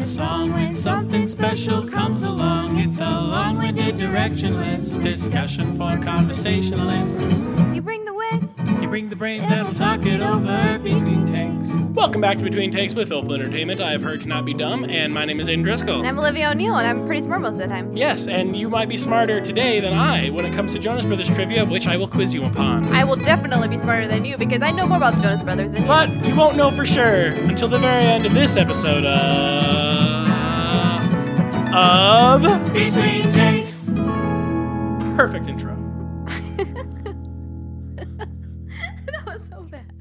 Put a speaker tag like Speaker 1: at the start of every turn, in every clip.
Speaker 1: a song when something special comes along. It's a long winded directionless discussion for conversationalists.
Speaker 2: You bring the wit,
Speaker 1: You bring the brains that'll talk it over between takes.
Speaker 3: Welcome back to Between Takes with Opal Entertainment. I have heard to not be dumb, and my name is Aiden
Speaker 2: and
Speaker 3: Driscoll.
Speaker 2: I'm Olivia O'Neill, and I'm pretty smart most of the time.
Speaker 3: Yes, and you might be smarter today than I when it comes to Jonas Brothers trivia, of which I will quiz you upon.
Speaker 2: I will definitely be smarter than you because I know more about the Jonas Brothers than you.
Speaker 3: But you won't know for sure until the very end of this episode of. of.
Speaker 1: Between takes.
Speaker 3: Perfect intro.
Speaker 2: that was so bad.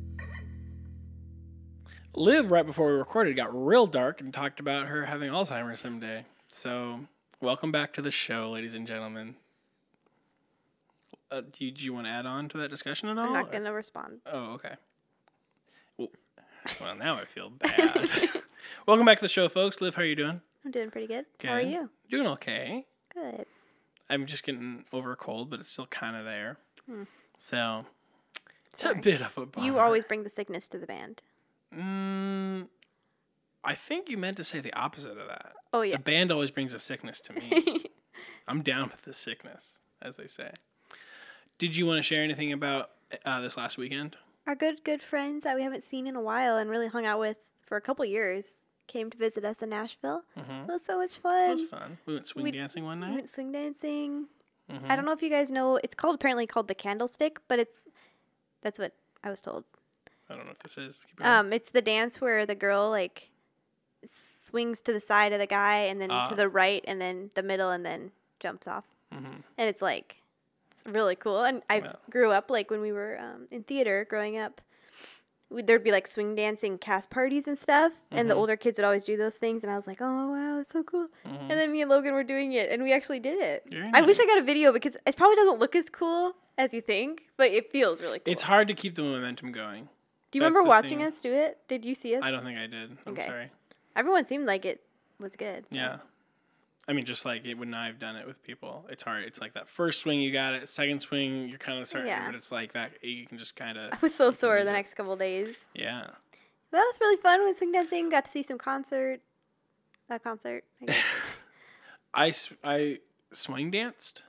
Speaker 3: Liv, right before we recorded, got real dark and talked about her having Alzheimer's someday. So, welcome back to the show, ladies and gentlemen. Uh, do, you, do you want to add on to that discussion at all?
Speaker 4: I'm
Speaker 3: or-
Speaker 4: not gonna respond.
Speaker 3: Oh, okay. Well, well, now I feel bad. Welcome back to the show, folks. Liv, how are you doing?
Speaker 4: I'm doing pretty good. How are
Speaker 3: Good.
Speaker 4: you?
Speaker 3: Doing okay.
Speaker 4: Good.
Speaker 3: I'm just getting over a cold, but it's still kind of there. So it's a bit of a bummer.
Speaker 4: Hmm. You always bring the sickness to the band.
Speaker 3: Mm, I think you meant to say the opposite of that.
Speaker 4: Oh yeah.
Speaker 3: The band always brings a sickness to me. I'm down with the sickness, as they say. Did you want to share anything about uh, this last weekend?
Speaker 4: Our good good friends that we haven't seen in a while and really hung out with for a couple years came to visit us in Nashville.
Speaker 3: Mhm.
Speaker 4: It was so much fun.
Speaker 3: It was fun. We went swing
Speaker 4: Um, we-
Speaker 3: dancing one
Speaker 4: We
Speaker 3: night.
Speaker 4: went swing dancing.
Speaker 3: Mhm.
Speaker 4: I don't know if you guys know. It's called apparently called the Candlestick, but it's that's what I was told.
Speaker 3: I don't know if this is. Keep going.
Speaker 4: Um, it's the dance where the girl like swings to the side of the guy and then
Speaker 3: Ah.
Speaker 4: to the right and then the middle and then jumps off.
Speaker 3: Mm-hmm.
Speaker 4: And it's like it's really cool. And I
Speaker 3: Wow.
Speaker 4: grew up like when we were um, in theater growing up. we'd- There'd be like swing dancing cast parties and stuff, and the
Speaker 3: Mhm.
Speaker 4: older kids would always do those things. And I was like, "Oh wow, that's so cool!"
Speaker 3: Mhm.
Speaker 4: And then me and Logan were doing it, and we actually did it.
Speaker 3: Very
Speaker 4: I wish I got a
Speaker 3: nice.
Speaker 4: video because it probably doesn't look as cool as you think, but it feels really cool.
Speaker 3: It's hard to keep the momentum going.
Speaker 4: do you
Speaker 3: that's
Speaker 4: remember
Speaker 3: the
Speaker 4: watching
Speaker 3: thing.
Speaker 4: us do it? Did you see us?
Speaker 3: I don't think I did. I'm
Speaker 4: Okay.
Speaker 3: sorry.
Speaker 4: Everyone seemed like it was good. so.
Speaker 3: Yeah. I mean, just like it, when I've done it with people, it's hard. It's like that first swing, you got it. Second swing, you're kind of starting,
Speaker 4: Yeah.
Speaker 3: but it's like that. You can just kind of,
Speaker 4: I was so sore
Speaker 3: lose
Speaker 4: the
Speaker 3: it.
Speaker 4: next couple days.
Speaker 3: yeah.
Speaker 4: But that was really fun with swing dancing. Got to see some concert. A concert. I guess.
Speaker 3: I, s- I swing danced.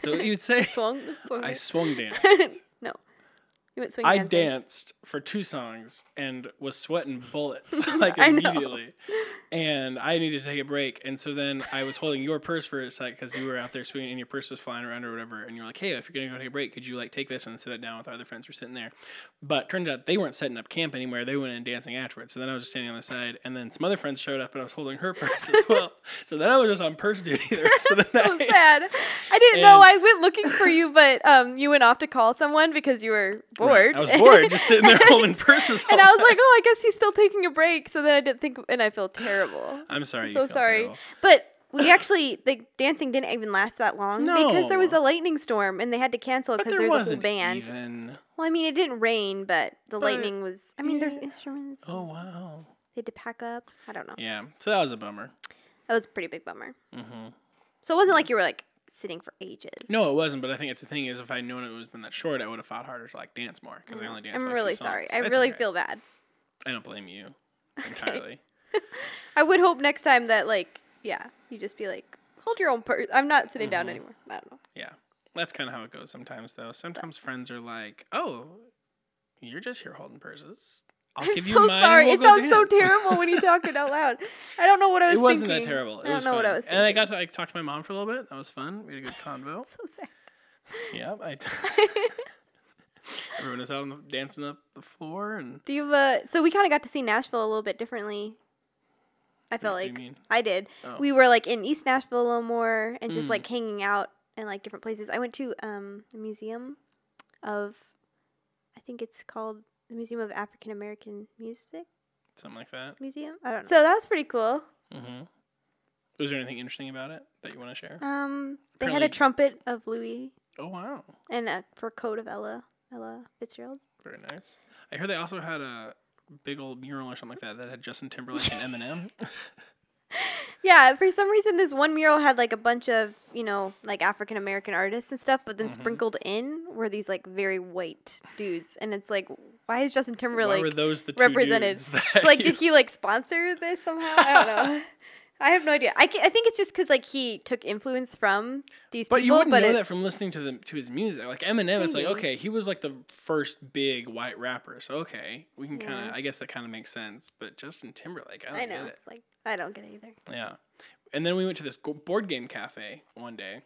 Speaker 3: So you'd say
Speaker 4: swung. swung
Speaker 3: I
Speaker 4: it.
Speaker 3: swung danced.
Speaker 4: no. You went swing
Speaker 3: I
Speaker 4: dancing.
Speaker 3: danced for two songs and was sweating bullets like
Speaker 4: I know.
Speaker 3: immediately. And I needed to take a break. And so then I was holding your purse for a sec because you were out there swinging and your purse was flying around or whatever. And you're like, hey, if you're going to go take a break, could you like take this and sit it down with our other friends who are sitting there? But turned out they weren't setting up camp anywhere. They went in dancing afterwards. So then I was just standing on the side. And then some other friends showed up and I was holding her purse as well. so then I was just on purse duty. The rest of the
Speaker 4: So
Speaker 3: night.
Speaker 4: sad. I didn't know.
Speaker 3: And-
Speaker 4: I went looking for you, but um, you went off to call someone because you were bored.
Speaker 3: Right. I was bored just sitting there holding purses.
Speaker 4: and I
Speaker 3: all
Speaker 4: was like,
Speaker 3: night.
Speaker 4: oh, I guess he's still taking a break. So then I didn't think, and I feel terrible.
Speaker 3: I'm sorry.
Speaker 4: I'm
Speaker 3: you
Speaker 4: so
Speaker 3: felt
Speaker 4: sorry.
Speaker 3: terrible.
Speaker 4: But we actually the dancing didn't even last that long because there was
Speaker 3: No.
Speaker 4: a lightning storm and they had to cancel because there, was a whole band.
Speaker 3: even-
Speaker 4: Well, I mean, it didn't rain, but the
Speaker 3: But,
Speaker 4: lightning was. I mean, there's
Speaker 3: yeah.
Speaker 4: instruments.
Speaker 3: Oh wow.
Speaker 4: They had to pack up. I don't know.
Speaker 3: Yeah. So that was a bummer.
Speaker 4: That was a pretty big bummer.
Speaker 3: Mhm.
Speaker 4: So it wasn't like you were like sitting for ages.
Speaker 3: No, it wasn't. But I think it's the thing is, if I'd known it was been that short, I would have fought harder to like dance more because I only danced.
Speaker 4: I'm
Speaker 3: like, two
Speaker 4: really sorry.
Speaker 3: songs.
Speaker 4: I
Speaker 3: It's
Speaker 4: really
Speaker 3: okay.
Speaker 4: feel bad.
Speaker 3: I don't blame you entirely.
Speaker 4: I would hope next time that like yeah, you just be like hold your own purse. I'm not sitting
Speaker 3: Mm-hmm.
Speaker 4: down anymore. I don't know.
Speaker 3: Yeah. That's kind of how it goes sometimes, though. Sometimes friends are like, "Oh, you're just here holding purses. I'll
Speaker 4: I'm
Speaker 3: give you
Speaker 4: so
Speaker 3: mine,
Speaker 4: sorry.
Speaker 3: we'll
Speaker 4: it
Speaker 3: go
Speaker 4: sounds so
Speaker 3: dance."
Speaker 4: terrible when you talk it out loud. I don't know what I was
Speaker 3: It wasn't
Speaker 4: thinking.
Speaker 3: that terrible. It
Speaker 4: I don't
Speaker 3: was
Speaker 4: know what I
Speaker 3: fun.
Speaker 4: was thinking.
Speaker 3: And I got to like, talk to my mom for a little bit. That was fun. We had a good convo.
Speaker 4: so sad.
Speaker 3: yep. I Everyone is out on the, dancing up the floor and
Speaker 4: Do you have a, so we kind of got to see Nashville a little bit differently. I felt
Speaker 3: What do you
Speaker 4: like
Speaker 3: mean?
Speaker 4: I did.
Speaker 3: Oh. Mm.
Speaker 4: We were like in East Nashville a little more and just like hanging out in like different places. I went to um the museum of I think it's called the Museum of African American Music
Speaker 3: something like that.
Speaker 4: Museum. I don't know. So that was pretty cool.
Speaker 3: Mm-hmm. Was there anything interesting about it that you want to share?
Speaker 4: Um they had
Speaker 3: Apparently-
Speaker 4: a trumpet of Louis
Speaker 3: Oh wow,
Speaker 4: and a for coat of Ella Ella Fitzgerald.
Speaker 3: very nice. I heard they also had a big old mural or something like that that had Justin Timberlake and Eminem.
Speaker 4: Yeah, for some reason, this one mural had like a bunch of you know like African American artists and stuff, but then
Speaker 3: Mm-hmm.
Speaker 4: sprinkled in were these like very white dudes, and it's like, why is Justin
Speaker 3: Why
Speaker 4: Timberlake
Speaker 3: were those the two
Speaker 4: represented?
Speaker 3: dudes
Speaker 4: It's
Speaker 3: that
Speaker 4: like,
Speaker 3: you-
Speaker 4: did he like sponsor this somehow? I don't know. I have no idea. I, ca- I think it's just because like he took influence from these
Speaker 3: But you
Speaker 4: people,
Speaker 3: wouldn't
Speaker 4: but
Speaker 3: know
Speaker 4: it,
Speaker 3: that from listening to them to his music. Like Eminem, it's like
Speaker 4: Maybe.
Speaker 3: okay, he was like the first big white rapper, so okay, we can kind of. I guess that kind of makes sense. But Justin Timberlake, I don't
Speaker 4: I
Speaker 3: get
Speaker 4: know.
Speaker 3: it.
Speaker 4: It's like I don't get it either.
Speaker 3: Yeah, and then we went to this go- board game cafe one day,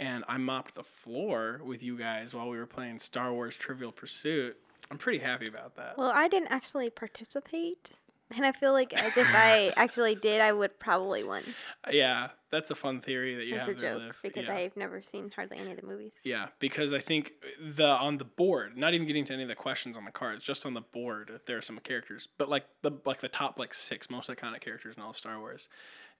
Speaker 3: and I mopped the floor with you guys while we were playing Star Wars Trivial Pursuit. I'm pretty happy about that.
Speaker 4: Well, I didn't actually participate, and I feel like as if I actually did, I would probably won.
Speaker 3: yeah, that's a fun theory that you
Speaker 4: That's a
Speaker 3: have there,
Speaker 4: joke
Speaker 3: Liv.
Speaker 4: because
Speaker 3: yeah.
Speaker 4: I've never seen hardly any of the movies.
Speaker 3: Yeah, because I think the on the board, not even getting to any of the questions on the cards, just on the board, there are some characters, but like the like the top like six most iconic characters in all of Star Wars,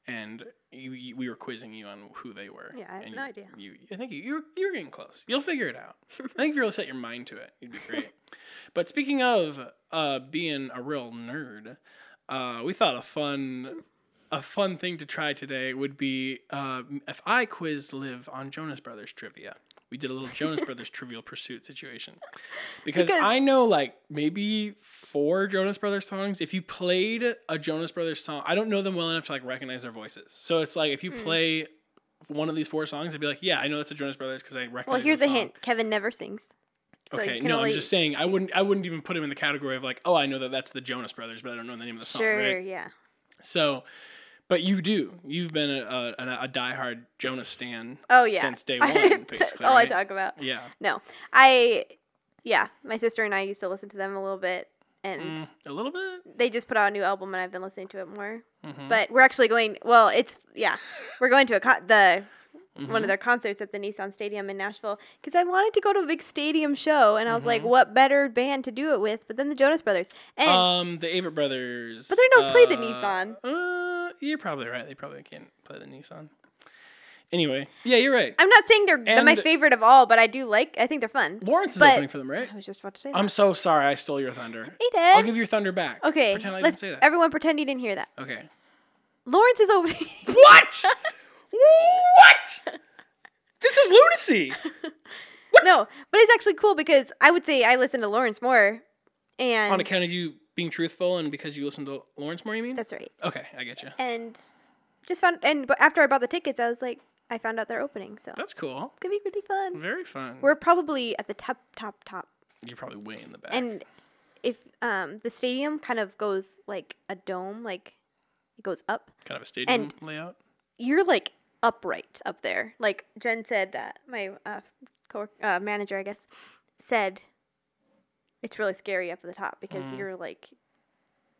Speaker 3: and you, you we were quizzing you on who they were.
Speaker 4: Yeah, I have
Speaker 3: and
Speaker 4: no
Speaker 3: you-
Speaker 4: idea.
Speaker 3: You, I think you you were, you were getting close. You'll figure it out. I think if you really set your mind to it, you'd be great. but speaking of uh, being a real nerd, uh, we thought a fun. A fun thing to try today would be uh, if I quizzed Liv on Jonas Brothers trivia. We did a little Jonas Brothers Trivial Pursuit situation because,
Speaker 4: Because-
Speaker 3: I know like maybe four Jonas Brothers songs. If you played a Jonas Brothers song, I don't know them well enough to like recognize their voices. So it's like if
Speaker 4: Hmm.
Speaker 3: you play one of these four songs, I'd be like, yeah, I know that's a Jonas Brothers because I recognize.
Speaker 4: Well,
Speaker 3: the
Speaker 4: here's a
Speaker 3: song.
Speaker 4: hint: Kevin never sings. So
Speaker 3: okay,
Speaker 4: you can
Speaker 3: no,
Speaker 4: only,
Speaker 3: I'm just saying I wouldn't. I wouldn't even put him in the category of like, oh, I know that that's the Jonas Brothers, but I don't know the name of the song.
Speaker 4: sure,
Speaker 3: right?
Speaker 4: yeah.
Speaker 3: So, but you do. You've been a, a, a diehard Jonas stan.
Speaker 4: Oh yeah,
Speaker 3: Since day
Speaker 4: I-
Speaker 3: one, basically.
Speaker 4: That's all
Speaker 3: right?
Speaker 4: I talk about.
Speaker 3: Yeah.
Speaker 4: No, I, yeah, my sister and I used to listen to them a little bit, and
Speaker 3: Mm, a little bit.
Speaker 4: they just put out a new album, and I've been listening to it more.
Speaker 3: Mhm.
Speaker 4: But we're actually going. Well, it's yeah, we're going to a con- the. One
Speaker 3: Mm-hmm.
Speaker 4: of their concerts at the Nissan Stadium in Nashville because I wanted to go to a big stadium show and I was
Speaker 3: Mm-hmm.
Speaker 4: like, what better band to do it with? But then the Jonas Brothers and
Speaker 3: Um, the Avett Brothers.
Speaker 4: But they don't play the
Speaker 3: uh,
Speaker 4: Nissan.
Speaker 3: Uh, you're probably right. They probably can't play the Nissan. Anyway, yeah, you're right.
Speaker 4: I'm not saying they're, they're my
Speaker 3: And-
Speaker 4: favorite of all, but I do like. I think they're fun.
Speaker 3: Lawrence is
Speaker 4: but
Speaker 3: opening for them, right?
Speaker 4: I was just about to say.
Speaker 3: I'm
Speaker 4: That.
Speaker 3: so sorry. I stole your thunder.
Speaker 4: Hey,
Speaker 3: I'll
Speaker 4: Dad.
Speaker 3: give your thunder back.
Speaker 4: Okay,
Speaker 3: Pretend I didn't
Speaker 4: let's
Speaker 3: say that.
Speaker 4: everyone pretend you didn't hear that.
Speaker 3: okay.
Speaker 4: Lawrence is opening.
Speaker 3: What? what? This is lunacy.
Speaker 4: no, but it's actually cool because I would say I listen to Lawrence more, and
Speaker 3: On account of you being truthful and because you listen to Lawrence more, you mean?
Speaker 4: that's right.
Speaker 3: okay. I get you.
Speaker 4: And just found and but after I bought the tickets, I was like, I found out they're opening, so it's
Speaker 3: That's cool.
Speaker 4: gonna be really fun.
Speaker 3: Very fun.
Speaker 4: We're probably at the top, top, top,
Speaker 3: you're probably way in the back.
Speaker 4: and if um the stadium kind of goes like a dome, like it goes up.
Speaker 3: kind of a stadium
Speaker 4: and-
Speaker 3: layout.
Speaker 4: you're like upright up there. Like Jen said, that my uh, co uh, manager, I guess, said it's really scary up at the top because
Speaker 3: Mm.
Speaker 4: you're like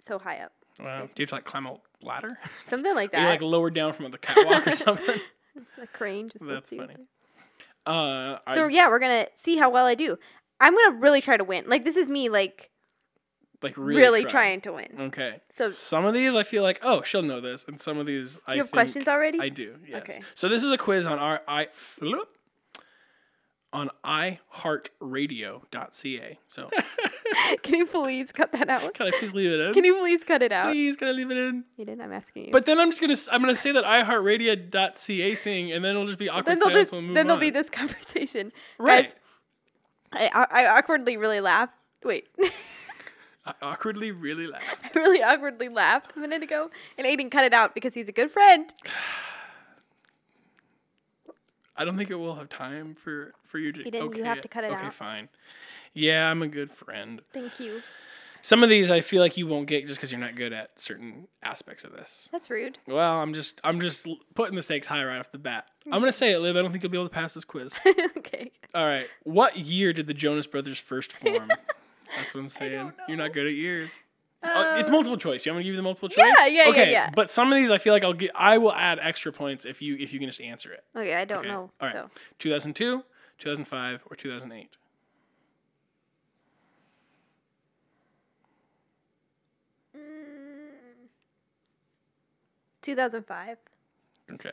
Speaker 4: so high up,
Speaker 3: Wow. Do you have to like climb a ladder?
Speaker 4: something like
Speaker 3: You're
Speaker 4: that.
Speaker 3: like lowered down from the catwalk or something.
Speaker 4: a crane just
Speaker 3: That's
Speaker 4: lets you.
Speaker 3: funny. Uh, I-
Speaker 4: So yeah, we're gonna see how well I do. I'm gonna really try to win. Like this is me, like
Speaker 3: like really,
Speaker 4: really,
Speaker 3: try.
Speaker 4: trying to win.
Speaker 3: Okay. So
Speaker 4: So-
Speaker 3: some of these I feel like, oh, she'll know this, and some of these I
Speaker 4: you have
Speaker 3: think-
Speaker 4: questions already?
Speaker 3: I do. Yes.
Speaker 4: Okay.
Speaker 3: So this is a quiz on our i bloop, on iHeartRadio.ca. So
Speaker 4: Can you please cut that out?
Speaker 3: can I please leave it in?
Speaker 4: Can you please cut it out?
Speaker 3: please can I leave it in?
Speaker 4: You didn't. I'm asking you.
Speaker 3: But then I'm just gonna s- I'm gonna say that iHeartRadio.ca thing, and then it'll just be awkward
Speaker 4: then they'll
Speaker 3: silence.
Speaker 4: just,
Speaker 3: we'll
Speaker 4: then
Speaker 3: move
Speaker 4: there'll
Speaker 3: on.
Speaker 4: be this conversation.
Speaker 3: right.
Speaker 4: Guys, I, I I awkwardly really laughed. Wait,
Speaker 3: I awkwardly really laugh.
Speaker 4: I really awkwardly laughed a minute ago, and Aiden cut it out because he's a good friend.
Speaker 3: I don't think it will have time for for you to.
Speaker 4: You didn't-
Speaker 3: okay,
Speaker 4: you have to cut it
Speaker 3: Okay,
Speaker 4: out.
Speaker 3: fine. Yeah, I'm a good friend.
Speaker 4: Thank you.
Speaker 3: Some of these I feel like you won't get just because you're not good at certain aspects of this.
Speaker 4: That's rude.
Speaker 3: Well, I'm just I'm just l- putting the stakes high right off the bat. I'm gonna say it, Liv. I don't think you'll be able to pass this quiz.
Speaker 4: okay.
Speaker 3: All right. What year did the Jonas Brothers first form? That's what I'm saying. You're not good at years. Oh, it's multiple choice. You want me to give you the multiple choice?
Speaker 4: Uh, yeah, yeah, yeah,
Speaker 3: okay.
Speaker 4: yeah.
Speaker 3: But some of these I feel like I'll get. I will add extra points if you if you can just answer it.
Speaker 4: Okay, I don't
Speaker 3: Okay.
Speaker 4: know.
Speaker 3: All right.
Speaker 4: So
Speaker 3: 2002, 2005, or 2008.
Speaker 4: Mm, 2005.
Speaker 3: Okay.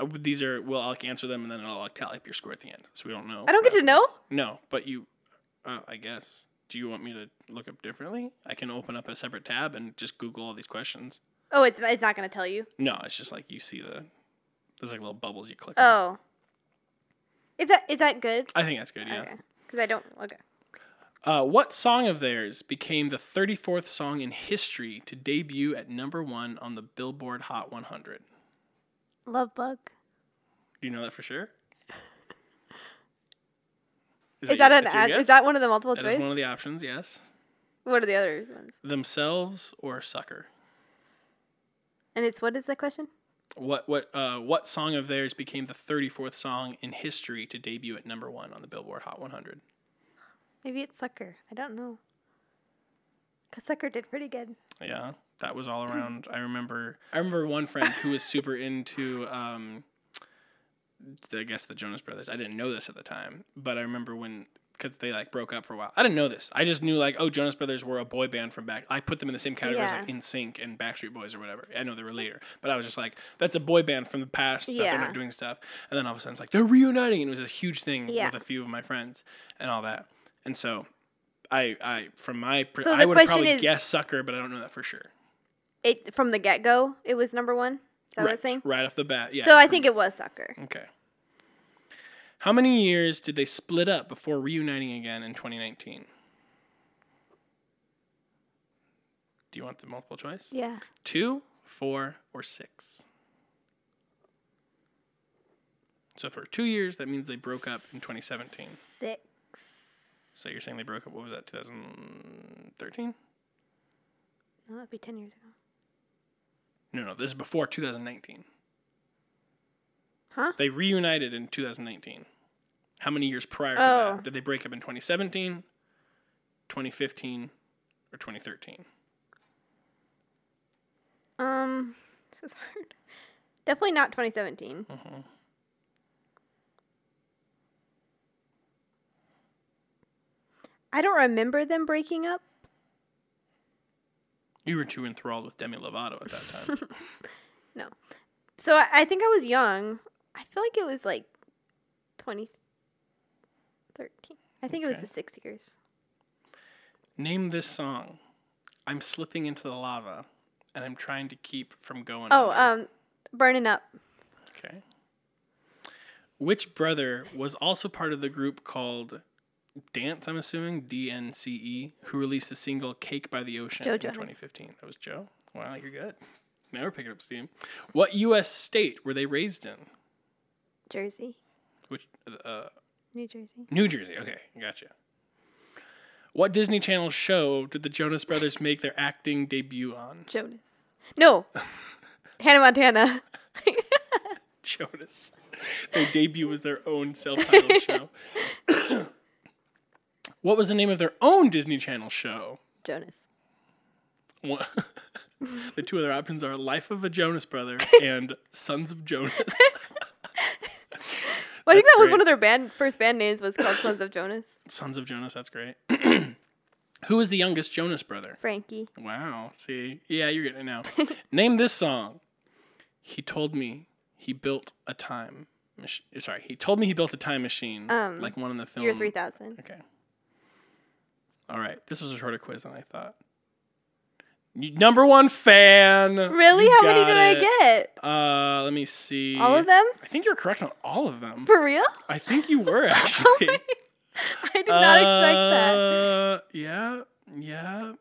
Speaker 3: Uh, These are well. I'll like, answer them and then I'll like tally up your score at the end, so we don't know.
Speaker 4: I don't get to know.
Speaker 3: No, but you. Uh, I guess. Do you want me to look up differently? I can open up a separate tab and just Google all these questions.
Speaker 4: Oh, it's it's not gonna tell you.
Speaker 3: No, it's just like you see the there's like little bubbles you click. on.
Speaker 4: Oh, if that is that good?
Speaker 3: I think that's good. Yeah.
Speaker 4: Okay, because I don't. Okay,
Speaker 3: Uh, what song of theirs became the 34th song in history to debut at number one on the Billboard Hot 100?
Speaker 4: love bug.
Speaker 3: Do you know that for sure?
Speaker 4: Is that
Speaker 3: your-
Speaker 4: an
Speaker 3: that's your
Speaker 4: ad,
Speaker 3: guess?
Speaker 4: is that one of the multiple
Speaker 3: That is
Speaker 4: choice?
Speaker 3: one of the options? Yes.
Speaker 4: what are the other ones?
Speaker 3: Themselves or sucker.
Speaker 4: And it's what is the question?
Speaker 3: What what uh, what song of theirs became the 34th song in history to debut at number one on the Billboard Hot 100?
Speaker 4: Maybe it's sucker. I don't know. Cause sucker did pretty good.
Speaker 3: Yeah, that was all around. I remember. I remember one friend who was super into. Um, the- I guess the Jonas Brothers. I didn't know this at the time, but I remember when because they like broke up for a while. I didn't know this. I just knew like, oh, Jonas Brothers were a boy band from back. I put them in the same category as like
Speaker 4: Yeah.
Speaker 3: In Sync and Backstreet Boys or whatever. I know they were later, but I was just like, that's a boy band from the past. Stuff. They're
Speaker 4: Yeah.
Speaker 3: not doing stuff. And then all of a sudden, it's like they're reuniting, and it was this huge thing
Speaker 4: Yeah.
Speaker 3: with a few of my friends and all that. And so, I, I from my pr-
Speaker 4: So
Speaker 3: I
Speaker 4: the
Speaker 3: would
Speaker 4: question
Speaker 3: probably
Speaker 4: is-
Speaker 3: guess sucker, but I don't know that for sure.
Speaker 4: It from the get go. It was number one. Is that what
Speaker 3: Right,
Speaker 4: it's saying?
Speaker 3: right off the bat. Yeah.
Speaker 4: so I think it was sucker.
Speaker 3: Okay. How many years did they split up before reuniting again in 2019? Do you want the multiple choice?
Speaker 4: Yeah.
Speaker 3: Two, four, or six? So for two years, that means they broke up in 2017.
Speaker 4: Six.
Speaker 3: So you're saying they broke up, what was that, 2013?
Speaker 4: No, that'd be ten years ago.
Speaker 3: No, no, this is before 2019.
Speaker 4: Huh?
Speaker 3: They reunited in 2019. How many years prior to
Speaker 4: Oh.
Speaker 3: that did they break up in 2017, 2015, or 2013?
Speaker 4: Um, this is hard. Definitely not 2017.
Speaker 3: Mm-hmm.
Speaker 4: I don't remember them breaking up.
Speaker 3: You were too enthralled with Demi Lovato at that time.
Speaker 4: So I, I think I was young. I feel like it was like 2013. I think it was
Speaker 3: Okay.
Speaker 4: the six years.
Speaker 3: Name this song. I'm slipping into the lava and I'm trying to keep from going.
Speaker 4: Oh,
Speaker 3: under."
Speaker 4: um, Burning Up.
Speaker 3: Okay. Which brother was also part of the group called Dance, I'm assuming, DNCE, E, who released the single Cake by the Ocean
Speaker 4: Joe
Speaker 3: in
Speaker 4: Jonas.
Speaker 3: 2015. That was Joe. Wow, you're good. Now we're picking up steam. What U.S. state were they raised in?
Speaker 4: Jersey.
Speaker 3: Which uh,
Speaker 4: New Jersey.
Speaker 3: New Jersey. Okay, gotcha. What Disney Channel show did the Jonas Brothers make their acting debut on?
Speaker 4: Jonas. No. Hannah Montana.
Speaker 3: Jonas. Their debut was their own self-titled show. what was the name of their own Disney Channel show?
Speaker 4: Jonas.
Speaker 3: One- the two other options are Life of a Jonas Brother and Sons of Jonas.
Speaker 4: Well, I think
Speaker 3: That's
Speaker 4: that was
Speaker 3: great.
Speaker 4: one of their band first band names was called Sons of Jonas.
Speaker 3: Sons of Jonas, that's great. Who is the youngest Jonas brother?
Speaker 4: Frankie.
Speaker 3: Wow, see. Yeah, you're getting it now. Name this song. He told me he built a time machine. Sorry, he told me he built a time machine
Speaker 4: Um,
Speaker 3: like one in the film.
Speaker 4: Year 3000.
Speaker 3: Okay. All right. This was a shorter quiz than I thought. You- Number one fan.
Speaker 4: Really?
Speaker 3: You
Speaker 4: How many
Speaker 3: got
Speaker 4: did I
Speaker 3: it.
Speaker 4: get?
Speaker 3: Uh, let me see.
Speaker 4: All of them?
Speaker 3: I think you're correct on all of them.
Speaker 4: For real?
Speaker 3: I think you were actually.
Speaker 4: I did not
Speaker 3: expect
Speaker 4: expect that.
Speaker 3: that. Yeah. Yeah.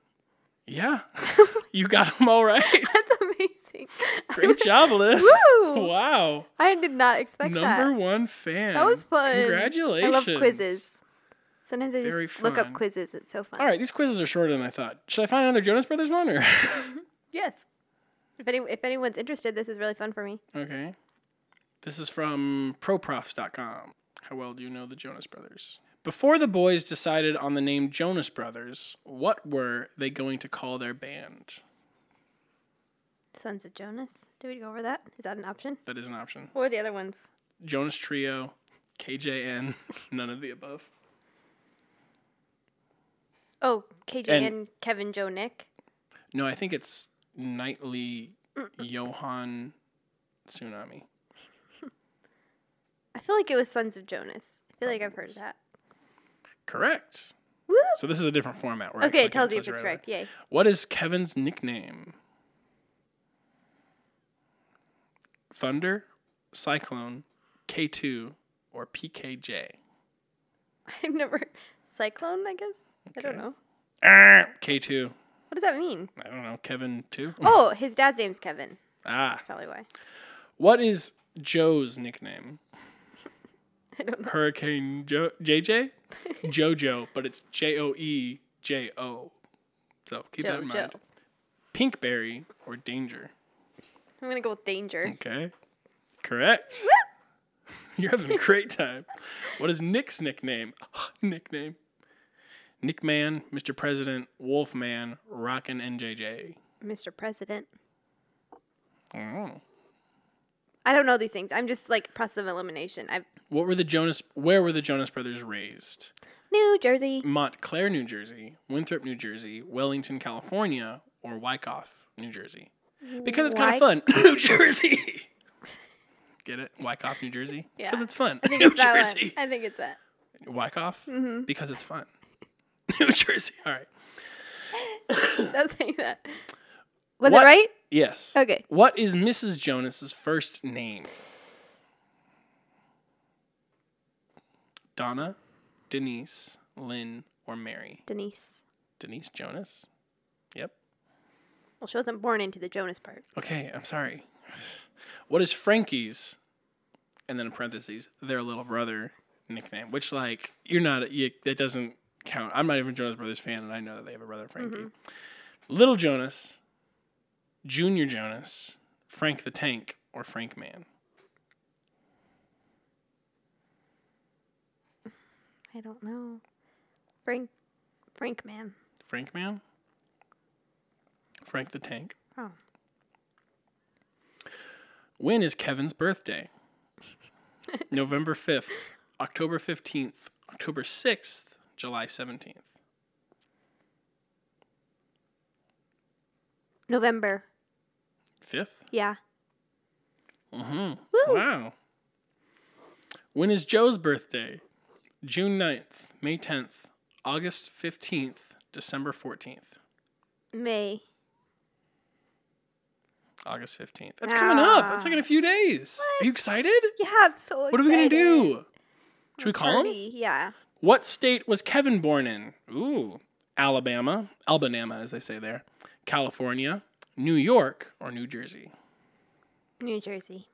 Speaker 3: Yeah. you got them all right.
Speaker 4: That's amazing.
Speaker 3: Uh, Great job, Liz.
Speaker 4: Woo!
Speaker 3: Wow.
Speaker 4: I did not expect that.
Speaker 3: Number one fan.
Speaker 4: That was fun.
Speaker 3: Congratulations.
Speaker 4: I love quizzes. Sometimes I just
Speaker 3: Very
Speaker 4: look
Speaker 3: fun.
Speaker 4: up quizzes. It's so fun.
Speaker 3: All right, these quizzes are shorter than I thought. Should I find another Jonas Brothers one or?
Speaker 4: Yes. If, any, if anyone's interested, this is really fun for me.
Speaker 3: Okay. This is from proprofs.com. How well do you know the Jonas Brothers? Before the boys decided on the name Jonas Brothers, what were they going to call their band?
Speaker 4: Sons of Jonas. Did we go over that? Is that an option?
Speaker 3: That is an option.
Speaker 4: What were the other ones?
Speaker 3: Jonas Trio, KJN, none of the above.
Speaker 4: Oh, KJ and,
Speaker 3: And-
Speaker 4: Kevin Joe Nick.
Speaker 3: No, I think it's Knightley Johan Tsunami.
Speaker 4: I feel like it was Sons of Jonas. I feel like I've heard of that.
Speaker 3: Correct.
Speaker 4: Woo!
Speaker 3: So this is a different format, right?
Speaker 4: Okay, it tells you if it's correct. Yay.
Speaker 3: What is Kevin's nickname? Thunder, Cyclone, K2, or PKJ?
Speaker 4: I've never cyclone. I guess I
Speaker 3: Okay.
Speaker 4: don't know.
Speaker 3: Ah,
Speaker 4: Uh.
Speaker 3: K2.
Speaker 4: What does that mean?
Speaker 3: I don't know. Kevin 2?
Speaker 4: Oh, his dad's name's Kevin.
Speaker 3: Ah.
Speaker 4: That's probably why.
Speaker 3: What is Joe's nickname?
Speaker 4: I don't know.
Speaker 3: Hurricane jo- JJ? JoJo, but it's J O E J O. So keep that
Speaker 4: Joe,
Speaker 3: in
Speaker 4: Joe.
Speaker 3: mind. Pinkberry or Danger?
Speaker 4: I'm gonna go with danger.
Speaker 3: Okay. Correct. You're having a great time. What is Nick's nickname? nickname. Nick Man, Mr. President, Wolfman, Rockin' NJJ.
Speaker 4: Mr. President.
Speaker 3: Oh.
Speaker 4: Mm. I don't know these things. I'm just like process of elimination. I've
Speaker 3: What were the Jonas? Where were the Jonas Brothers raised?
Speaker 4: New Jersey.
Speaker 3: Montclair, New Jersey, Winthrop, New Jersey, Wellington, California, or Wyckoff, New Jersey? Because it's kind
Speaker 4: Wy-
Speaker 3: of fun. New Jersey. Get it? Wyckoff, New Jersey?
Speaker 4: Yeah.
Speaker 3: Because it's fun.
Speaker 4: I think
Speaker 3: New
Speaker 4: it's that one.
Speaker 3: Jersey.
Speaker 4: I think it's that. Mm-hmm.
Speaker 3: Wyckoff? Because it's fun. New Jersey. All right.
Speaker 4: Don't say that. Was
Speaker 3: What-
Speaker 4: it right?
Speaker 3: Yes.
Speaker 4: Okay.
Speaker 3: What is Mrs. Jonas's first name? Donna, Denise, Lynn, or Mary?
Speaker 4: Denise.
Speaker 3: Denise Jonas? Yep.
Speaker 4: Well, she wasn't born into the Jonas part.
Speaker 3: Okay, I'm sorry. What is Frankie's, and then in parentheses, their little brother nickname? Which, like, you're not, you, that doesn't count. I'm not even a Jonas Brothers fan, and I know that they have a brother, Frankie. Little Jonas, Junior Jonas, Frank the Tank, or Frank Man?
Speaker 4: I don't know. Frank. Frank man.
Speaker 3: Frank Man? Frank the Tank.
Speaker 4: Oh.
Speaker 3: When is Kevin's birthday? November 5th, October 15th, October 6th, July 17th.
Speaker 4: November.
Speaker 3: 5th?
Speaker 4: Yeah.
Speaker 3: Mm-hmm. Wow. When is Joe's birthday? June 9th, May 10th, August 15th, December 14th.
Speaker 4: May.
Speaker 3: August 15th. That's coming up. That's like in a few days. Are you excited?
Speaker 4: Yeah, I'm so excited.
Speaker 3: What are we going to do? Should we call him?
Speaker 4: Party, Yeah.
Speaker 3: What state was Kevin born in? Ooh, Alabama, Alabama, as they say there, California, New York, or New Jersey.
Speaker 4: New Jersey.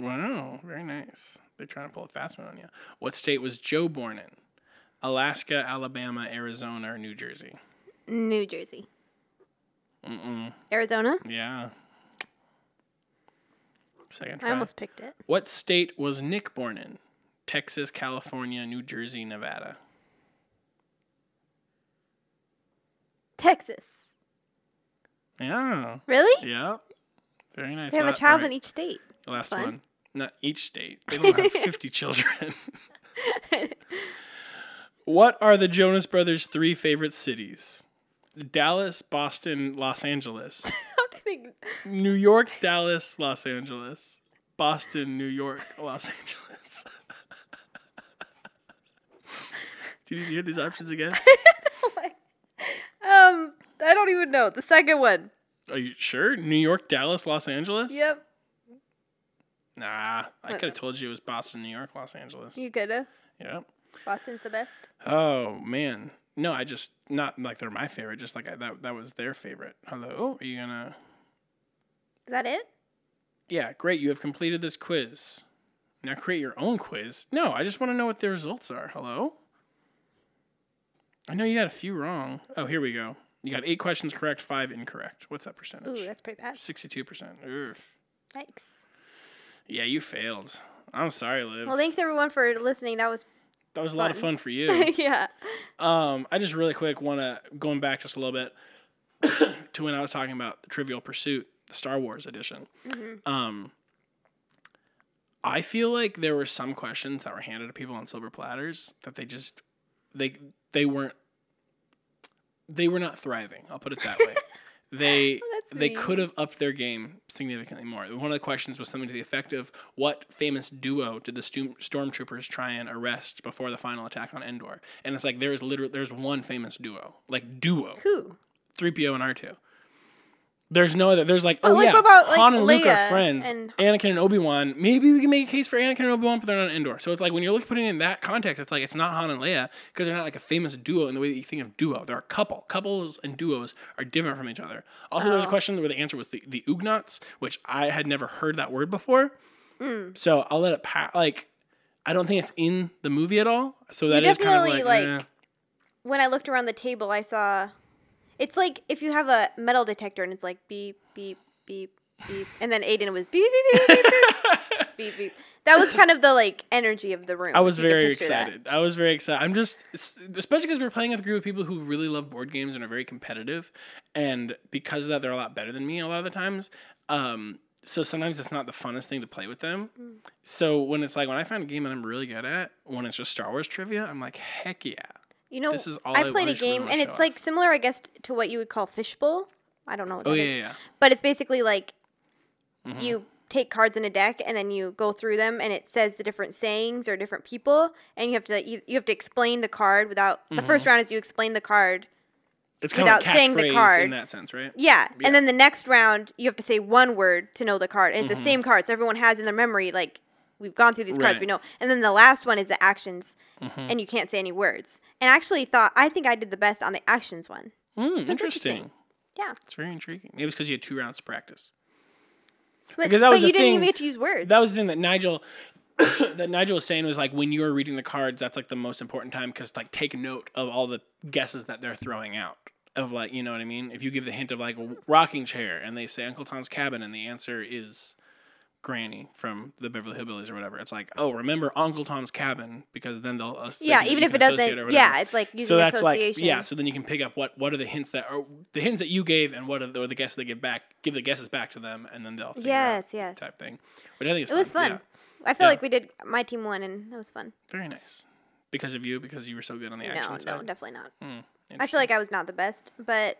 Speaker 3: Wow, very nice. They're trying to pull a fast one on you. What state was Joe born in? Alaska, Alabama, Arizona, or New Jersey?
Speaker 4: New Jersey.
Speaker 3: Mm-mm.
Speaker 4: Arizona.
Speaker 3: Yeah. Second
Speaker 4: I
Speaker 3: try.
Speaker 4: almost picked it.
Speaker 3: What state was Nick born in? Texas, California, New Jersey, Nevada.
Speaker 4: Texas.
Speaker 3: Yeah.
Speaker 4: Really?
Speaker 3: Yeah. Very nice.
Speaker 4: They have a
Speaker 3: Not-
Speaker 4: child
Speaker 3: alright.
Speaker 4: in each state.
Speaker 3: Last
Speaker 4: fun.
Speaker 3: one. Not each state. They don't have 50 children. what are the Jonas Brothers' three favorite cities? Dallas, Boston, Los Angeles.
Speaker 4: How do you think?
Speaker 3: New York, Dallas, Los Angeles. Boston, New York, Los Angeles. Do you need to hear these options again?
Speaker 4: Um, I don't even know. The second one.
Speaker 3: Are you sure? New York, Dallas, Los Angeles?
Speaker 4: Yep.
Speaker 3: Nah, I could have told you it was Boston, New York, Los Angeles.
Speaker 4: You could have.
Speaker 3: Yep.
Speaker 4: Boston's the best.
Speaker 3: Oh man, no, I just not like they're my favorite. Just like I, that, that was their favorite. Hello, are you gonna?
Speaker 4: Is that it?
Speaker 3: Yeah, great. You have completed this quiz. Now create your own quiz. No, I just want to know what the results are. Hello. I know you got a few wrong. Oh, here we go. You got eight questions correct, five incorrect. What's that
Speaker 4: Ooh,
Speaker 3: percentage?
Speaker 4: that's pretty bad.
Speaker 3: Sixty-two percent. Oof.
Speaker 4: Thanks.
Speaker 3: Yeah, you failed. I'm sorry, Liv.
Speaker 4: Well, thanks everyone for listening. That was
Speaker 3: that was a lot of fun for you.
Speaker 4: yeah.
Speaker 3: Um, I just really quick want to going back just a little bit to when I was talking about the Trivial Pursuit, the Star Wars edition.
Speaker 4: Mm-hmm.
Speaker 3: Um, I feel like there were some questions that were handed to people on silver platters that they just they they weren't they were not thriving. I'll put it that way. They
Speaker 4: That's
Speaker 3: they
Speaker 4: mean.
Speaker 3: could have upped their game significantly more. One of the questions was something to the effect of what famous duo did the stu- stormtroopers try and arrest before the final attack on Endor? And it's like there is literally there's one famous duo, like duo,
Speaker 4: Who?
Speaker 3: three PO and R two. There's no other. There's like,
Speaker 4: But,
Speaker 3: oh
Speaker 4: like,
Speaker 3: yeah,
Speaker 4: what about, like,
Speaker 3: Han and Luke are
Speaker 4: Leia
Speaker 3: friends.
Speaker 4: and-
Speaker 3: Anakin and Obi Wan. Maybe we can make a case for Anakin and Obi Wan, but they're not in Endor. So it's like when you're looking putting it in that context, it's like it's not Han and Leia because they're not like a famous duo in the way that you think of duo. They're a couple. Couples and duos are different from each other. Also,
Speaker 4: Oh.
Speaker 3: there was a question where the answer was the, the Ugnaughts, which I had never heard that word before.
Speaker 4: Mm.
Speaker 3: So I'll let it pass. Like, I don't think it's in the movie at all. So that is kind of
Speaker 4: definitely,
Speaker 3: like,
Speaker 4: like,
Speaker 3: eh.
Speaker 4: when I looked around the table, I saw it's like if you have a metal detector and it's like beep beep beep beep, and then Aiden was beep beep beep beep beep beep. beep. That was kind of the like energy of the room.
Speaker 3: I was
Speaker 4: if you could
Speaker 3: very
Speaker 4: picture that.
Speaker 3: excited. I was very excited. I'm just, s- especially because we're playing with a group of people who really love board games and are very competitive, and because of that, they're a lot better than me a lot of the times. Um, so sometimes it's not the funnest thing to play with them.
Speaker 4: Mm.
Speaker 3: So when it's like when I find a game that I'm really good at, when it's just Star Wars trivia, I'm like, heck yeah!
Speaker 4: You know,
Speaker 3: This is all I
Speaker 4: I played a
Speaker 3: wish we
Speaker 4: game,
Speaker 3: would
Speaker 4: and
Speaker 3: show
Speaker 4: it's
Speaker 3: off.
Speaker 4: like similar, I guess, to what you would call fishbowl. I don't know what that
Speaker 3: Oh
Speaker 4: is,
Speaker 3: yeah, yeah, yeah.
Speaker 4: but it's basically like
Speaker 3: Mm-hmm.
Speaker 4: you take cards in a deck and then you go through them, and it says the different sayings or different people, and you have to you, you have to explain the card without the
Speaker 3: Mm-hmm.
Speaker 4: first round is you explain the card
Speaker 3: It's kind of
Speaker 4: Without saying the
Speaker 3: catchphrase in
Speaker 4: card.
Speaker 3: that sense, right?
Speaker 4: Yeah.
Speaker 3: Yeah.
Speaker 4: And then the next round, you have to say one word to know the card. And it's
Speaker 3: Mm-hmm.
Speaker 4: the same card. So everyone has in their memory, like, we've gone through these cards, we
Speaker 3: Right. Mm-hmm.
Speaker 4: know. And then the last one is the actions, and you can't say any words. And I actually thought, I think I did the best on the actions one.
Speaker 3: Mm, interesting.
Speaker 4: interesting. Yeah.
Speaker 3: It's very intriguing. Maybe it's because you had two rounds to practice.
Speaker 4: But,
Speaker 3: Because that
Speaker 4: but
Speaker 3: was the
Speaker 4: you didn't
Speaker 3: thing-
Speaker 4: even get to use words.
Speaker 3: That was the thing that Nigel that Nigel was saying was like when you're reading the cards, that's like the most important time because like take note of all the guesses that they're throwing out. Of like, you know what I mean? If you give the hint of like rocking chair and they say Uncle Tom's cabin and the answer is Granny from the Beverly Hillbillies or whatever, it's like, oh, remember Uncle Tom's cabin because then they'll us- they
Speaker 4: yeah,
Speaker 3: can-
Speaker 4: even
Speaker 3: you
Speaker 4: if it
Speaker 3: can associate or
Speaker 4: doesn't.
Speaker 3: whatever
Speaker 4: Yeah, it's like using
Speaker 3: so that's like
Speaker 4: association.
Speaker 3: yeah so then you can pick up what what are the hints that are the hints that you gave and what are the, or the guesses they give back give the guesses back to them and then they'll figure out
Speaker 4: Yes, yes.
Speaker 3: type thing which i think is
Speaker 4: it was fun.
Speaker 3: Yeah,
Speaker 4: I feel
Speaker 3: Yeah.
Speaker 4: like we did, my team won, and that was fun.
Speaker 3: very nice because of you because you were so good on the
Speaker 4: No,
Speaker 3: action
Speaker 4: no,
Speaker 3: side Hmm,
Speaker 4: definitely not. I
Speaker 3: Interesting.
Speaker 4: feel like I was not the best, but it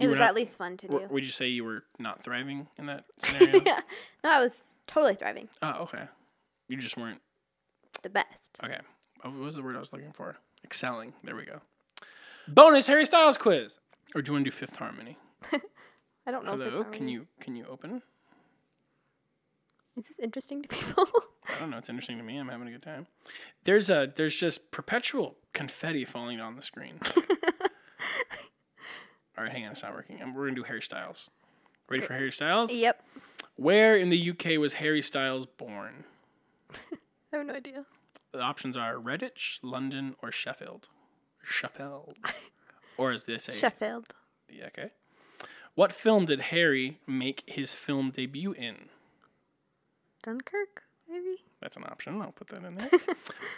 Speaker 3: You were
Speaker 4: was
Speaker 3: not-
Speaker 4: at least fun to
Speaker 3: W-
Speaker 4: do.
Speaker 3: would you say you were not thriving in that scenario
Speaker 4: yeah. No, I was totally thriving.
Speaker 3: oh okay you just weren't
Speaker 4: The best.
Speaker 3: okay Oh, what was the word i was looking for excelling there we go bonus harry styles quiz or do you want to do fifth harmony
Speaker 4: I don't know. if it's
Speaker 3: hello can
Speaker 4: already-
Speaker 3: you can you open
Speaker 4: Is this interesting to people?
Speaker 3: I don't know. It's interesting to me. I'm having a good time. There's a there's just perpetual confetti falling on the screen. All right, hang on, it's not working. Um, We're gonna do Harry Styles. Ready for Harry Styles?
Speaker 4: yep.
Speaker 3: Where in the UK was Harry Styles born?
Speaker 4: I have no idea.
Speaker 3: The options are Redditch, London, or Sheffield. Sheffield. or as they say,
Speaker 4: Sheffield.
Speaker 3: yeah, okay. What film did Harry make his film debut in?
Speaker 4: Dunkirk, maybe?
Speaker 3: That's an option. I'll put that in there.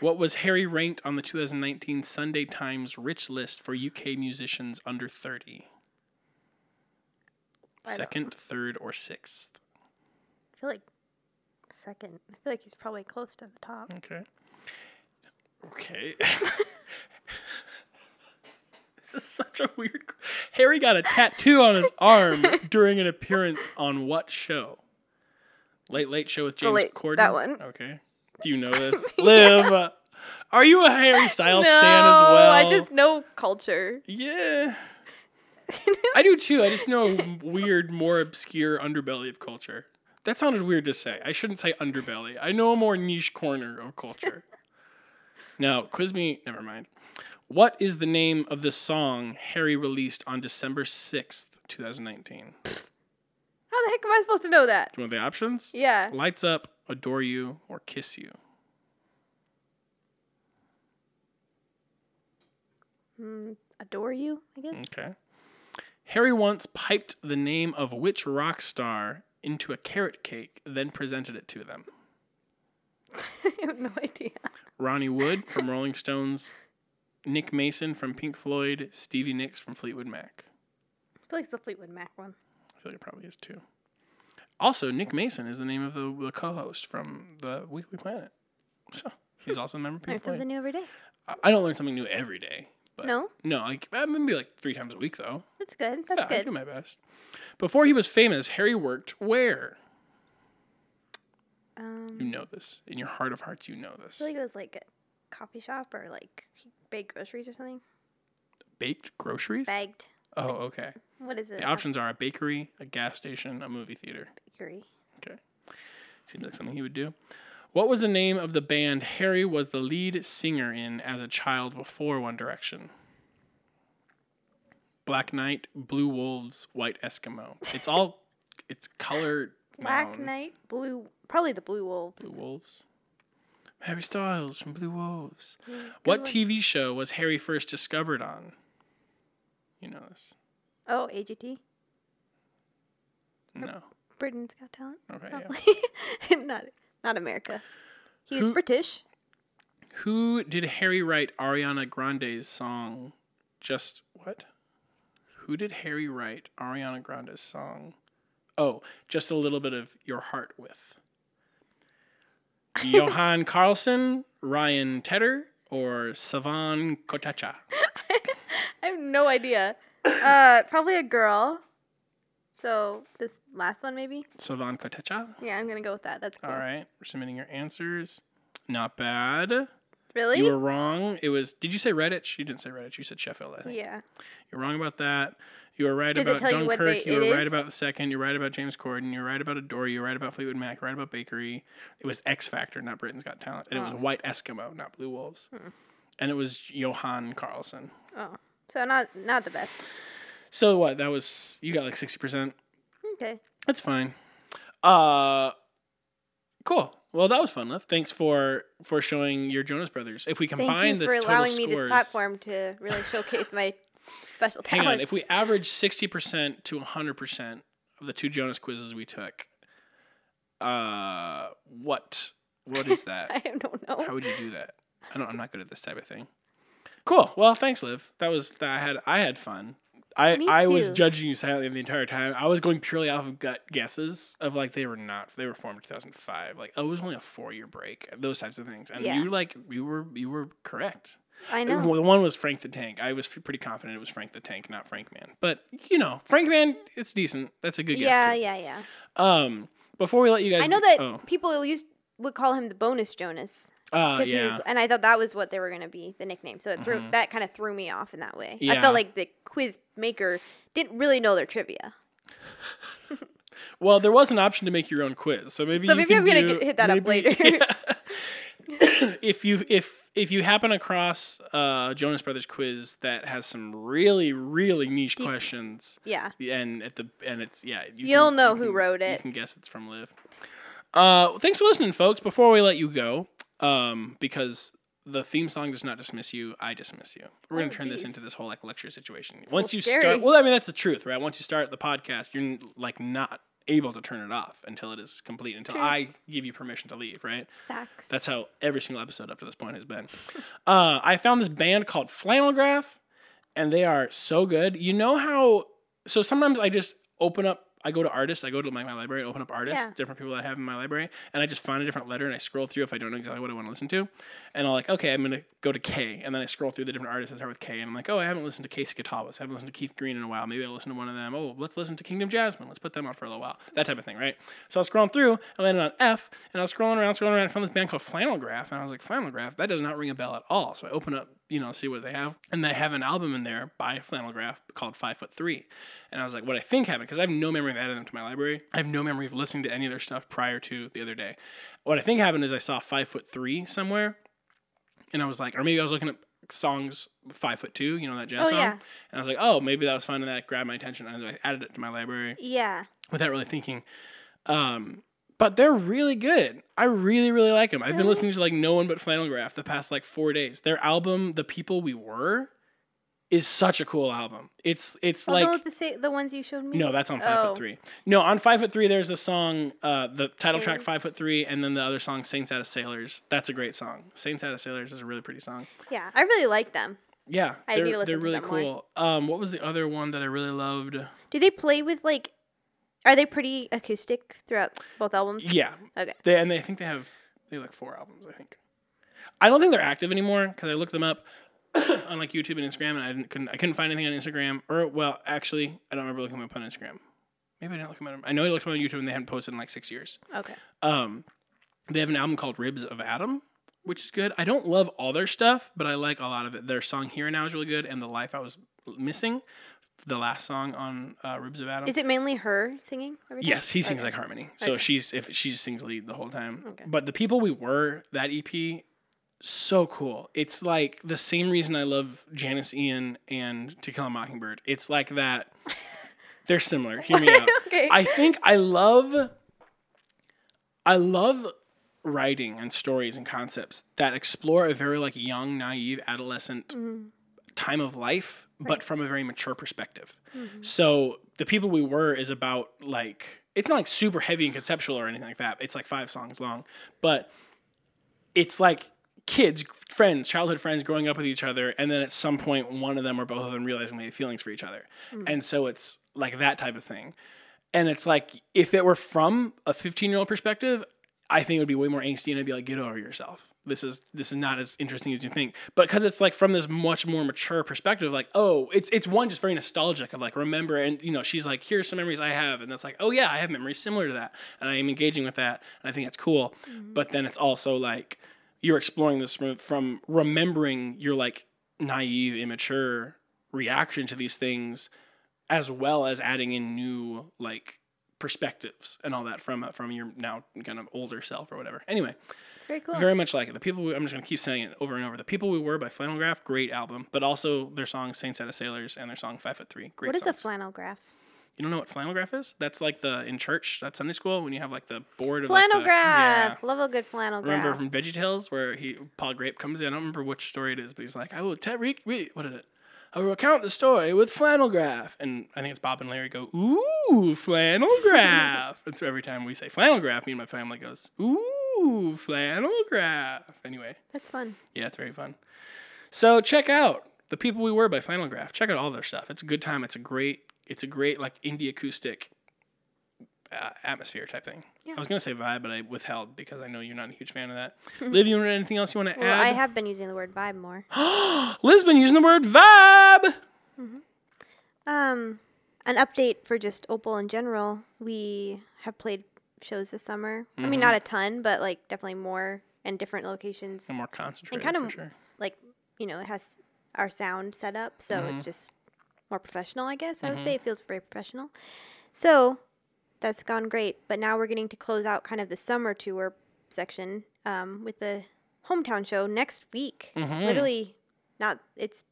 Speaker 3: what was Harry ranked on the 2019 Sunday Times Rich List for UK musicians under 30?
Speaker 4: don't-
Speaker 3: Second, third, or sixth?
Speaker 4: I feel like second. I feel like he's probably close to the top.
Speaker 3: Okay. Okay. this is such a weird. qu- Harry got a tattoo on his arm during an appearance on what show? Late Late Show with James
Speaker 4: Late-
Speaker 3: Corden.
Speaker 4: Oh, that one.
Speaker 3: Okay. Do you know this? Liv, are you a Harry Styles stan as well?
Speaker 4: I just know culture.
Speaker 3: Yeah. I do too. I just know a weird, more obscure underbelly of culture. That sounded weird to say. I shouldn't say underbelly. I know a more niche corner of culture. now, quiz me. Never mind. What is the name of the song Harry released on December 6th, 2019? Do
Speaker 4: How the heck am I supposed to know that?
Speaker 3: you want the options?
Speaker 4: Yeah.
Speaker 3: Lights Up, Adore You, or Kiss You?
Speaker 4: Hmm, Adore you, I guess.
Speaker 3: Okay. Harry once piped the name of which rock star into a carrot cake, then presented it to them.
Speaker 4: I have no idea.
Speaker 3: Ronnie Wood from Rolling Stones, Nick Mason from Pink Floyd, Stevie Nicks from Fleetwood Mac.
Speaker 4: I feel like it's the Fleetwood Mac one.
Speaker 3: I feel like it probably is too. Also, Nick Mason is the name of the, the co-host from the Weekly Planet. So he's also a member of
Speaker 4: Learn
Speaker 3: Pink
Speaker 4: something
Speaker 3: Floyd.
Speaker 4: new every day.
Speaker 3: I- I don't learn something new every day. But
Speaker 4: No?
Speaker 3: No, like eh, maybe like three times a week though.
Speaker 4: That's good.
Speaker 3: Yeah,
Speaker 4: That's
Speaker 3: I do
Speaker 4: good.
Speaker 3: my best. Before he was famous, Harry worked where?
Speaker 4: Um,
Speaker 3: You know this. In your heart of hearts, you know
Speaker 4: I
Speaker 3: this.
Speaker 4: feel like it was like a coffee shop or like he baked groceries or something.
Speaker 3: Baked groceries?
Speaker 4: Bagged.
Speaker 3: Oh, okay.
Speaker 4: What is it?
Speaker 3: The options are a bakery, a gas station, a movie theater.
Speaker 4: Bakery.
Speaker 3: Okay. Seems like something he would do. What was the name of the band Harry was the lead singer in as a child before One Direction? Black Knight, Blue Wolves, White Eskimo. It's all it's colored.
Speaker 4: Black
Speaker 3: noun.
Speaker 4: Knight, Blue, probably the Blue Wolves.
Speaker 3: Blue Wolves. Harry Styles from Blue Wolves. What TV show was Harry first discovered on? You know this.
Speaker 4: Oh, AGT,
Speaker 3: No.
Speaker 4: Britain's Got Talent.
Speaker 3: Okay. Yeah.
Speaker 4: Probably. not, not America. He's
Speaker 3: Who-
Speaker 4: British.
Speaker 3: Who did Harry write Ariana Grande's song? Just what? Who did Harry write Ariana Grande's song? Oh, just a little bit of your heart with. Johan Carlson, Ryan Tedder, or Savan Kotacha?
Speaker 4: I have no idea. uh, probably a girl. So this last one, maybe.
Speaker 3: Savan Kotecha?
Speaker 4: Yeah, I'm gonna go with that. That's cool.
Speaker 3: All right, we're submitting your answers. Not bad.
Speaker 4: Really?
Speaker 3: You were wrong. It was. Did you say Redditch? You didn't say Redditch. You said Sheffield. I think.
Speaker 4: yeah.
Speaker 3: You're wrong about that. You were right
Speaker 4: Does it
Speaker 3: about
Speaker 4: tell you what
Speaker 3: Dunkirk.
Speaker 4: they-
Speaker 3: You
Speaker 4: it
Speaker 3: were right
Speaker 4: is?
Speaker 3: about the second. You're right about James Corden. You're right about Adore. You're right about Fleetwood Mac. You're right about Bakery. It was X Factor, not Britain's Got Talent, and it
Speaker 4: Oh.
Speaker 3: was White Eskimo, not Blue Wolves.
Speaker 4: Hmm.
Speaker 3: And it was Johan Carlson.
Speaker 4: Oh, so not not the best.
Speaker 3: So what? That was you got like sixty percent.
Speaker 4: Okay.
Speaker 3: That's fine. Uh, cool. Well, that was fun, Liv. Thanks for for showing your Jonas Brothers. If we
Speaker 4: Thank
Speaker 3: combine
Speaker 4: you
Speaker 3: the
Speaker 4: for
Speaker 3: total
Speaker 4: allowing me this
Speaker 3: scores-
Speaker 4: platform to really showcase my special
Speaker 3: Hang on.
Speaker 4: talents.
Speaker 3: If we average sixty percent to hundred percent of the two Jonas quizzes we took, uh, what what is
Speaker 4: I
Speaker 3: that?
Speaker 4: don't know.
Speaker 3: How would you do that? I don't. I'm not good at this type of thing. Cool. Well, thanks, Liv. That was that. I had I had fun. I
Speaker 4: Me
Speaker 3: I was
Speaker 4: too.
Speaker 3: judging you silently the entire time. I was going purely off of gut guesses of like they were not they were formed in 2005. Like oh, it was only a four year break. Those types of things. And
Speaker 4: Yeah.
Speaker 3: you like you were you were correct.
Speaker 4: I know.
Speaker 3: Uh, Well, the one was Frank the Tank. I was f- pretty confident it was Frank the Tank, not Frank Man. But you know, Frank Man, it's decent. That's a good
Speaker 4: yeah,
Speaker 3: guess.
Speaker 4: yeah, yeah.
Speaker 3: too. Um, before we let you guys,
Speaker 4: I know that
Speaker 3: Oh,
Speaker 4: people used would call him the bonus Jonas.
Speaker 3: uh,
Speaker 4: 'cause he
Speaker 3: yeah. Mm-hmm.
Speaker 4: was, and I thought that was what they were going to be the nickname. So it threw that kind of threw me off in that way. I
Speaker 3: Yeah.
Speaker 4: felt like the quiz maker didn't really know their trivia.
Speaker 3: Well, there was an option to make your own quiz, so maybe
Speaker 4: So
Speaker 3: you
Speaker 4: maybe
Speaker 3: can
Speaker 4: I'm gonna
Speaker 3: do-
Speaker 4: get- hit that up
Speaker 3: maybe-
Speaker 4: later.
Speaker 3: yeah. if you if if you happen across uh, Jonas Brothers quiz that has some really really niche questions,
Speaker 4: Yeah.
Speaker 3: and at the and it's yeah you
Speaker 4: You'll
Speaker 3: can-
Speaker 4: know
Speaker 3: you
Speaker 4: who
Speaker 3: can-
Speaker 4: wrote
Speaker 3: you
Speaker 4: it.
Speaker 3: can guess it's from liv uh well, thanks for listening folks before we let you go um because the theme song does not dismiss you i dismiss you we're gonna
Speaker 4: Oh,
Speaker 3: turn this
Speaker 4: geez.
Speaker 3: into this whole like lecture situation once
Speaker 4: little
Speaker 3: you
Speaker 4: scary.
Speaker 3: start well i mean that's the truth right once you start the podcast you're like not able to turn it off until it is complete until i give you permission to leave right
Speaker 4: Facts.
Speaker 3: that's how every single episode up to this point has been. Uh, I found this band called Flannelgraph, and they are so good. You know how? So sometimes I just open up. I go to artists. I go to my, my library. Open up artists,
Speaker 4: Yeah.
Speaker 3: different people I have in my library, and I just find a different letter and I scroll through if I don't know exactly what I want to listen to, and I'm like, okay, I'm gonna go to K, and then I scroll through the different artists that start with K, and I'm like, oh, I haven't listened to K. Skatawis. I haven't listened to Keith Green in a while. Maybe I'll listen to one of them. Oh, let's listen to Kingdom Jasmine. Let's put them on for a little while. That type of thing, right? So I was scrolling through. I landed on F, and I was scrolling around, scrolling around. I found this band called Flannelgraph, and I was like, Flannelgraph, that does not ring a bell at all. So I open up, you know, see what they have, and they have an album in there by Flannelgraph called Five Foot Three, and I was like, what I think happened because I have no memory of adding them to my library. I have no memory of listening to any of their stuff prior to the other day. What I think happened is I saw Five Foot Three somewhere, and I was like, or maybe I was looking at songs Five Foot Two, you know that jazz
Speaker 4: Oh,
Speaker 3: song,
Speaker 4: yeah.
Speaker 3: and I was like, oh, maybe that was fun, and that grabbed my attention, and I added it to my library
Speaker 4: yeah.
Speaker 3: without really thinking. Um, but they're really good. I really, really like them. I've been listening to like no one but Flannelgraph the past like four days. Their album, "The People We Were," is such a cool album. It's it's
Speaker 4: Although
Speaker 3: like
Speaker 4: the sa- the ones you showed me.
Speaker 3: no, that's on Five
Speaker 4: Oh.
Speaker 3: Foot Three. No, on Five Foot Three, there's the song, uh, the title track
Speaker 4: Sailors.
Speaker 3: Five Foot Three, and then the other song Saints Out of Sailors. That's a great song. Saints Out of Sailors is a really pretty song.
Speaker 4: Yeah, I really like them.
Speaker 3: Yeah,
Speaker 4: I
Speaker 3: they're,
Speaker 4: do listen
Speaker 3: they're
Speaker 4: to
Speaker 3: really
Speaker 4: them more.
Speaker 3: cool. Um, what was the other one that I really loved?
Speaker 4: Do they play with like? Are they pretty acoustic throughout both albums?
Speaker 3: Yeah.
Speaker 4: Okay.
Speaker 3: They and they I think they have they have like four albums. I think. I don't think they're active anymore because I looked them up on like YouTube and Instagram, and I didn't couldn't I couldn't find anything on Instagram. Or well, actually, I don't remember looking them up on Instagram. Maybe I didn't look them up. I know I looked them up on YouTube, and they hadn't posted in like six years.
Speaker 4: Okay.
Speaker 3: Um, they have an album called Ribs of Adam, which is good. I don't love all their stuff, but I like a lot of it. Their song Here and Now is really good, and The Life I Was Missing the last song on uh, Ribs of Adam.
Speaker 4: Is it mainly her singing? Every time?
Speaker 3: Yes, he sings
Speaker 4: Okay.
Speaker 3: like harmony. So
Speaker 4: Okay.
Speaker 3: she's if she sings lead the whole time.
Speaker 4: Okay.
Speaker 3: But the people we were that EP, so cool. It's like the same reason I love Janice Ian and To Kill a Mockingbird. It's like that. They're similar. Hear me out.
Speaker 4: Okay.
Speaker 3: I think I love. I love writing and stories and concepts that explore a very like young, naive, adolescent time of life, but from a very mature perspective. So the people we were is about like it's not like super heavy and conceptual or anything like that. It's like five songs long, but it's like kids, friends, childhood friends growing up with each other, and then at some point one of them or both of them realizing they have feelings for each other, and so it's like that type of thing. And it's like if it were from a 15 year old perspective, I think it would be way more angsty and I'd be like, get over yourself. This is this is not as interesting as you think. But because it's like from this much more mature perspective, like, oh, it's it's one just very nostalgic of like remember and you know, she's like, here's some memories I have, and that's like, oh yeah, I have memories similar to that. And I am engaging with that, and I think that's cool. But then it's also like you're exploring this from, from remembering your like naive, immature reaction to these things as well as adding in new like perspectives and all that from from your now kind of older self or whatever. Anyway,
Speaker 4: It's very cool.
Speaker 3: very much like it. The people we, I'm just gonna keep saying it over and over. The people we were by Flannel Graph, great album, but also their song Saints Out of Sailors and their song Five Foot Three, great.
Speaker 4: what is a
Speaker 3: songs.
Speaker 4: flannel graph?
Speaker 3: You don't know what flannel graph is? That's like the in church at Sunday school when you have like the board of like,
Speaker 4: Flannel
Speaker 3: the-
Speaker 4: graph.
Speaker 3: yeah.
Speaker 4: Love a good flannel graph.
Speaker 3: Remember from VeggieTales where he Paul Grape comes in. I don't remember which story it is, but he's like, "I will tell re- re- what is it? I will recount the story with flannel graph." And I think it's Bob and Larry go, "Ooh, flannel graph!" and so every time we say flannel graph, me and my family goes, "Ooh, flannel graph." Anyway,
Speaker 4: That's fun.
Speaker 3: yeah, it's very fun. So check out the people we were by Flannel Graph. Check out all their stuff. It's a good time. It's a great. It's a great like indie acoustic uh, atmosphere type thing.
Speaker 4: Yeah.
Speaker 3: I was gonna say vibe, but I withheld because I know you're not a huge fan of that. Liv, you want anything else you want to
Speaker 4: Well, I
Speaker 3: add?
Speaker 4: have been using the word vibe more.
Speaker 3: Liv's been using the word vibe.
Speaker 4: Um, an update for just Opal in general. We have played shows this summer. I mean,
Speaker 3: Mm-hmm.
Speaker 4: not a ton, but like definitely more and different locations.
Speaker 3: I'm more concentrated
Speaker 4: kinda
Speaker 3: for sure.
Speaker 4: Like, you know, it has our sound set up, so
Speaker 3: Mm-hmm.
Speaker 4: it's just more professional, I guess. I would say it feels very professional. So that's gone great. But now we're getting to close out kind of the summer tour section um, with the hometown show next week.
Speaker 3: Mhm.
Speaker 4: Literally, not it's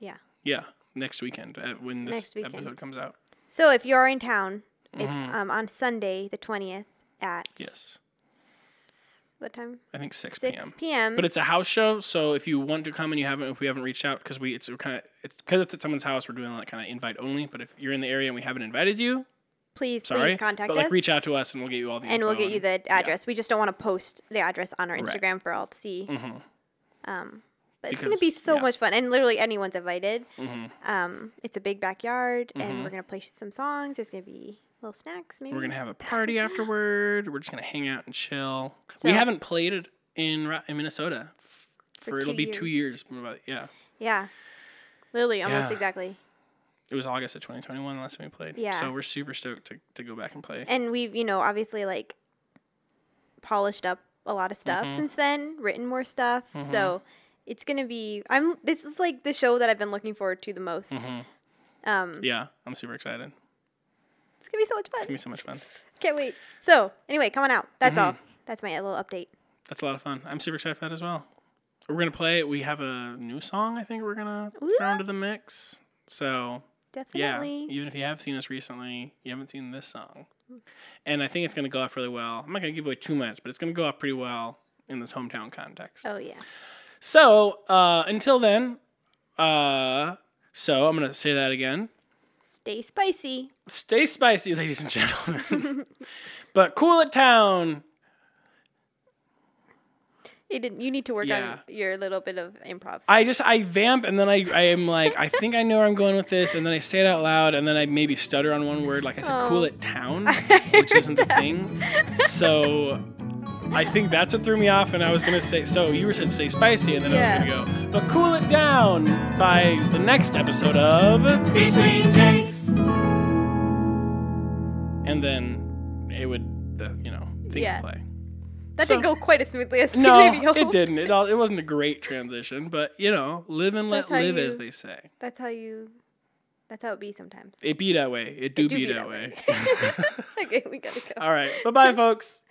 Speaker 4: yeah.
Speaker 3: Yeah, next weekend uh, when this
Speaker 4: Next weekend.
Speaker 3: episode comes out.
Speaker 4: So if you are in town, it's um, on Sunday the twentieth at
Speaker 3: Mm-hmm. Yes,
Speaker 4: what time?
Speaker 3: I think 6 p.m.
Speaker 4: Six p.m.
Speaker 3: Mm-hmm. But it's a house show, so if you want to come and you haven't, if we haven't reached out because we it's kind of it's because it's at someone's house, we're doing like kind of invite only. But if you're in the area and we haven't invited you,
Speaker 4: please,
Speaker 3: sorry,
Speaker 4: please contact
Speaker 3: but like
Speaker 4: us,
Speaker 3: reach out to us and we'll get you all the
Speaker 4: and we'll
Speaker 3: info
Speaker 4: get you the
Speaker 3: yeah.
Speaker 4: address. We just don't want to post the address on our Instagram for all to see.
Speaker 3: Mhm.
Speaker 4: Um, but it's gonna be
Speaker 3: Because-
Speaker 4: so
Speaker 3: yeah.
Speaker 4: much fun, and literally anyone's invited.
Speaker 3: Mhm.
Speaker 4: Um, it's a big backyard, and we're gonna play some songs. There's gonna be little snacks, maybe.
Speaker 3: Mm-hmm. We're gonna have a party afterward. We're just gonna hang out and chill.
Speaker 4: So-
Speaker 3: we haven't played it in Ro- in Minnesota f- for,
Speaker 4: For
Speaker 3: it'll
Speaker 4: two
Speaker 3: be two years.
Speaker 4: years.
Speaker 3: but Yeah,
Speaker 4: yeah, literally almost
Speaker 3: Yeah.
Speaker 4: exactly.
Speaker 3: it was August of 2021 the last time we played.
Speaker 4: Yeah.
Speaker 3: so we're super stoked to, to go back and play.
Speaker 4: and we've you know obviously like polished up a lot of stuff
Speaker 3: Mm-hmm.
Speaker 4: since then written more stuff so it's gonna be i'm this is like the show that i've been looking forward to the most
Speaker 3: Mm-hmm.
Speaker 4: um
Speaker 3: yeah, I'm super excited.
Speaker 4: it's gonna be so much
Speaker 3: It's gonna
Speaker 4: fun
Speaker 3: be so much fun.
Speaker 4: can't wait so anyway come on out that's
Speaker 3: Mm-hmm.
Speaker 4: all that's my little update
Speaker 3: That's a lot of fun. I'm super excited for that as well. We're gonna play. We have a new song. I think we're gonna throw
Speaker 4: Yeah.
Speaker 3: into the mix. So
Speaker 4: definitely
Speaker 3: yeah, even if you have seen us recently, you haven't seen this song, and I think it's gonna go off really well. I'm not gonna give away too much, but it's gonna go off pretty well in this hometown context.
Speaker 4: oh yeah
Speaker 3: So uh, until then, uh, so I'm gonna say that again.
Speaker 4: stay spicy
Speaker 3: Stay spicy, ladies and gentlemen, but cool it town.
Speaker 4: you didn't you need to work
Speaker 3: Yeah.
Speaker 4: on your little bit of improv
Speaker 3: I just I vamp and then I I am like I think I know where I'm going with this and then I say it out loud and then I maybe stutter on one word like I said
Speaker 4: Oh.
Speaker 3: cool it town which isn't a thing so I think that's what threw me off and I was gonna say so you were said stay spicy and then
Speaker 4: Yeah.
Speaker 3: I was gonna go but cool it down by the next episode of between takes and then it would the you know thing
Speaker 4: Yeah.
Speaker 3: play
Speaker 4: that
Speaker 3: so-
Speaker 4: didn't go quite as smoothly as
Speaker 3: no
Speaker 4: maybe hoped.
Speaker 3: it didn't it all it wasn't a great transition but you know live and let
Speaker 4: That's how
Speaker 3: live as
Speaker 4: you-
Speaker 3: they say.
Speaker 4: that's how you That's how it be sometimes.
Speaker 3: It be that way. It do, be, that way.
Speaker 4: okay, we gotta go.
Speaker 3: All right. Bye bye, folks.